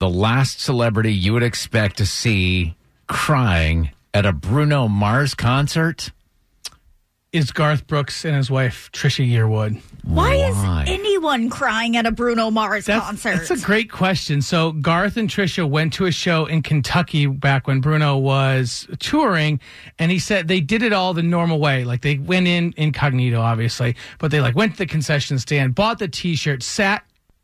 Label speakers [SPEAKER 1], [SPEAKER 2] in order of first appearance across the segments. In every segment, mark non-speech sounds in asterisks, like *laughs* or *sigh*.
[SPEAKER 1] the last celebrity you would expect to see crying at a Bruno Mars concert?
[SPEAKER 2] is Garth Brooks and his wife Trisha Yearwood?
[SPEAKER 3] Why,
[SPEAKER 1] Why?
[SPEAKER 3] is anyone crying at a Bruno Mars
[SPEAKER 2] That's,
[SPEAKER 3] concert?
[SPEAKER 2] that's a great question. So Garth and Trisha went to a show in Kentucky back when Bruno was touring, and he said they did it all the normal way. Like they went in incognito, obviously, but they like went to the concession stand, bought the T-shirt, sat.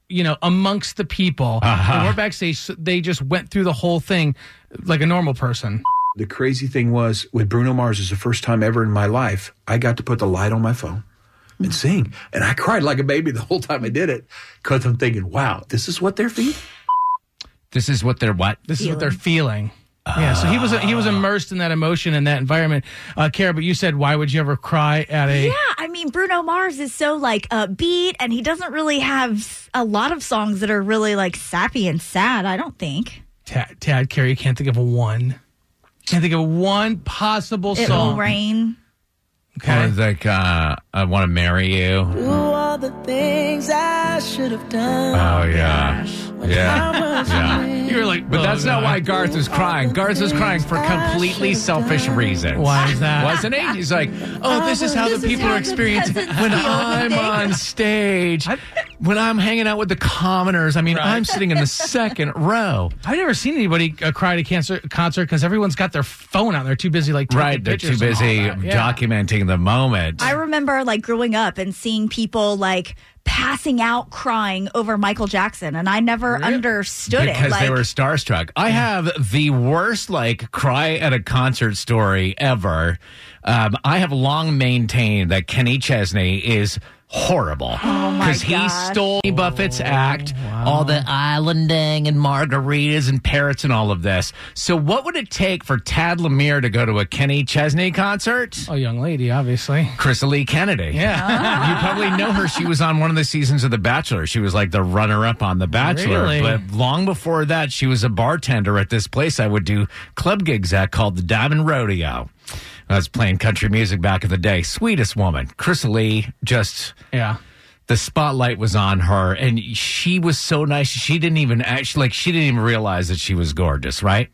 [SPEAKER 2] You know, amongst the people, and we're backstage. so They just went through the whole thing like a normal person.
[SPEAKER 4] The crazy thing was with Bruno Mars is the first time ever in my life I got to put the light on my phone and sing. And I cried like a baby the whole time I did it because I'm thinking, wow, this is what they're feeling.
[SPEAKER 1] This is what they're what?
[SPEAKER 2] This is what they're feeling. Yeah, so he was he was immersed in that emotion and that environment. Uh, Kara, but you said why would you ever cry at a?
[SPEAKER 3] yeah, I mean Bruno Mars is so like upbeat, and he doesn't really have s- a lot of songs that are really like sappy and sad. I don't think
[SPEAKER 2] Tad, Tad Carey, you can't think of a one. Can't think of one possible
[SPEAKER 3] it will
[SPEAKER 2] song.
[SPEAKER 3] rain.
[SPEAKER 1] Or
[SPEAKER 2] Okay.
[SPEAKER 1] like, uh, I want to marry you.
[SPEAKER 3] Oh,
[SPEAKER 5] Do all the things I should have done.
[SPEAKER 1] Oh, yeah. Yeah. Yeah.
[SPEAKER 2] You were like,
[SPEAKER 1] But that's
[SPEAKER 2] oh,
[SPEAKER 1] not
[SPEAKER 2] God.
[SPEAKER 1] why Garth is crying. Garth is crying for completely selfish reasons.
[SPEAKER 2] Why is that?
[SPEAKER 1] Wasn't he? He's like, oh, this is how
[SPEAKER 3] This
[SPEAKER 1] the
[SPEAKER 3] is
[SPEAKER 1] people
[SPEAKER 3] how
[SPEAKER 1] are
[SPEAKER 3] the
[SPEAKER 1] experiencing
[SPEAKER 3] peasants
[SPEAKER 1] when
[SPEAKER 3] feel.
[SPEAKER 1] I'm on stage, when I'm hanging out with the commoners. I mean, I'm sitting in the second row.
[SPEAKER 2] I've never seen anybody uh, cry at a cancer concert because everyone's got their phone out. They're too busy, like taking
[SPEAKER 1] Right. They're too
[SPEAKER 2] pictures and all
[SPEAKER 1] busy
[SPEAKER 2] that. Yeah.
[SPEAKER 1] documenting the moment.
[SPEAKER 3] I remember like growing up and seeing people like passing out crying over Michael Jackson, and I never understood
[SPEAKER 1] because
[SPEAKER 3] it. Like,
[SPEAKER 1] they were starstruck. I have the worst like cry at a concert story ever. Um, I have long maintained that Kenny Chesney is horrible because he
[SPEAKER 3] Oh gosh. Oh,
[SPEAKER 1] stole Buffett's act, all the islanding and margaritas and parrots and all of this. So, what would it take for Tad Lemire to go to a Kenny Chesney concert?
[SPEAKER 2] Oh, young lady, obviously.
[SPEAKER 1] Crystal Lee Kennedy. Yeah. you probably know her. She was on one of the seasons of The Bachelor. She was like the runner up on The Bachelor.
[SPEAKER 2] Really?
[SPEAKER 1] But long before that, she was a bartender at this place I would do club gigs at called the Diamond Rodeo. I was playing country music back in the day. Sweetest woman. Crystal Lee, just
[SPEAKER 2] Yeah.
[SPEAKER 1] the spotlight was on her and she was so nice she didn't even actually like she didn't even realize that she was gorgeous right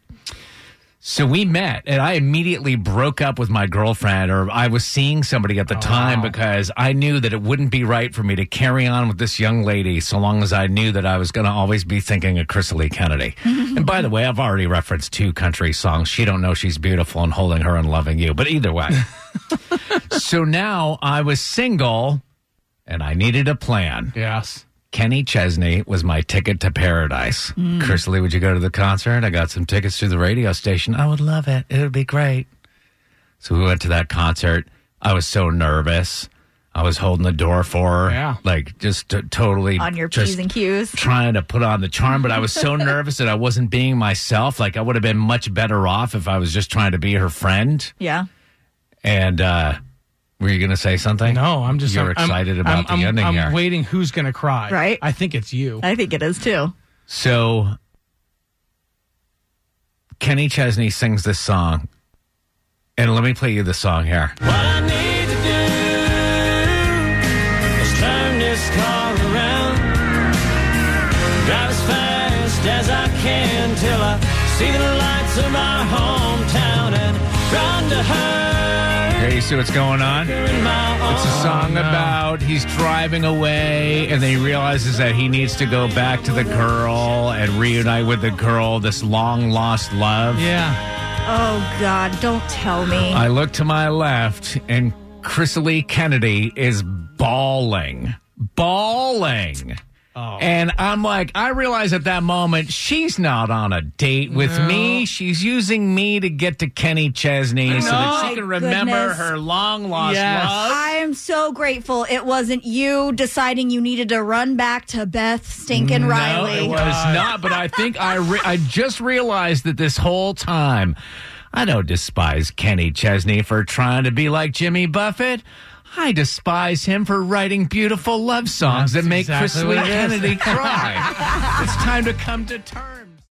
[SPEAKER 1] so we met and i immediately broke up with my girlfriend or i was seeing somebody at the time because i knew that it wouldn't be right for me to carry on with this young lady so long as i knew that i was going to always be thinking of chris lee kennedy and by the way i've already referenced two country songs she don't know she's beautiful and holding her and loving you but either way so now i was single and I needed a plan.
[SPEAKER 2] Yes.
[SPEAKER 1] Kenny Chesney was my ticket to paradise. Mm. would you go to the concert? I got some tickets through the radio station. I would love it. It would be great. So we went to that concert. I was so nervous. I was holding the door for her.
[SPEAKER 2] Yeah.
[SPEAKER 1] Like just t- totally
[SPEAKER 3] on your
[SPEAKER 1] just
[SPEAKER 3] p's and q's.
[SPEAKER 1] trying to put on the charm, but I was
[SPEAKER 3] *laughs*
[SPEAKER 1] so nervous that I wasn't being myself. Like I would have been much better off if I was just trying to be her friend.
[SPEAKER 3] Yeah.
[SPEAKER 1] And uh were you going to say something?
[SPEAKER 2] No, I'm just.
[SPEAKER 1] You're
[SPEAKER 2] I'm-
[SPEAKER 1] excited
[SPEAKER 2] I'm,
[SPEAKER 1] about
[SPEAKER 2] I'm,
[SPEAKER 1] the
[SPEAKER 2] I'm,
[SPEAKER 1] ending
[SPEAKER 2] I'm
[SPEAKER 1] here.
[SPEAKER 2] waiting. Who's gonna cry?
[SPEAKER 3] Right.
[SPEAKER 2] I think it's you.
[SPEAKER 3] I think it is too.
[SPEAKER 1] So Kenny Chesney sings this song. And let me play you the song here.
[SPEAKER 6] What I need to do is turn this car around. Drive as fast as I can till I see the lights of my hometown and run to her
[SPEAKER 1] Here you see what's going on?
[SPEAKER 6] in my
[SPEAKER 1] It's a
[SPEAKER 6] arms.
[SPEAKER 1] song about he's driving away and then he realizes that he needs to go back to the girl and reunite with the girl, this long lost love.
[SPEAKER 2] Yeah.
[SPEAKER 3] Oh God! Don't tell me.
[SPEAKER 1] I look to my left and Chrisley Kennedy is bawling. Bawling.
[SPEAKER 3] Oh.
[SPEAKER 1] And I'm like, I realize at that moment she's not on a date with me. She's using me to get to Kenny Chesney so that
[SPEAKER 3] My
[SPEAKER 1] she can remember
[SPEAKER 3] goodness.
[SPEAKER 1] her long lost
[SPEAKER 2] Yes.
[SPEAKER 1] love.
[SPEAKER 3] I am so grateful it wasn't you deciding you needed to run back to Beth Stinkin'
[SPEAKER 1] No,
[SPEAKER 3] Riley.
[SPEAKER 1] it was not. But I think I re- I just realized that this whole time, I don't despise Kenny Chesney for trying to be like Jimmy Buffett. I despise him for writing beautiful love songs
[SPEAKER 2] That's
[SPEAKER 1] that make
[SPEAKER 2] exactly
[SPEAKER 1] Chris
[SPEAKER 2] what
[SPEAKER 1] Lee
[SPEAKER 2] it is.
[SPEAKER 1] Kennedy cry. it's time to come to terms.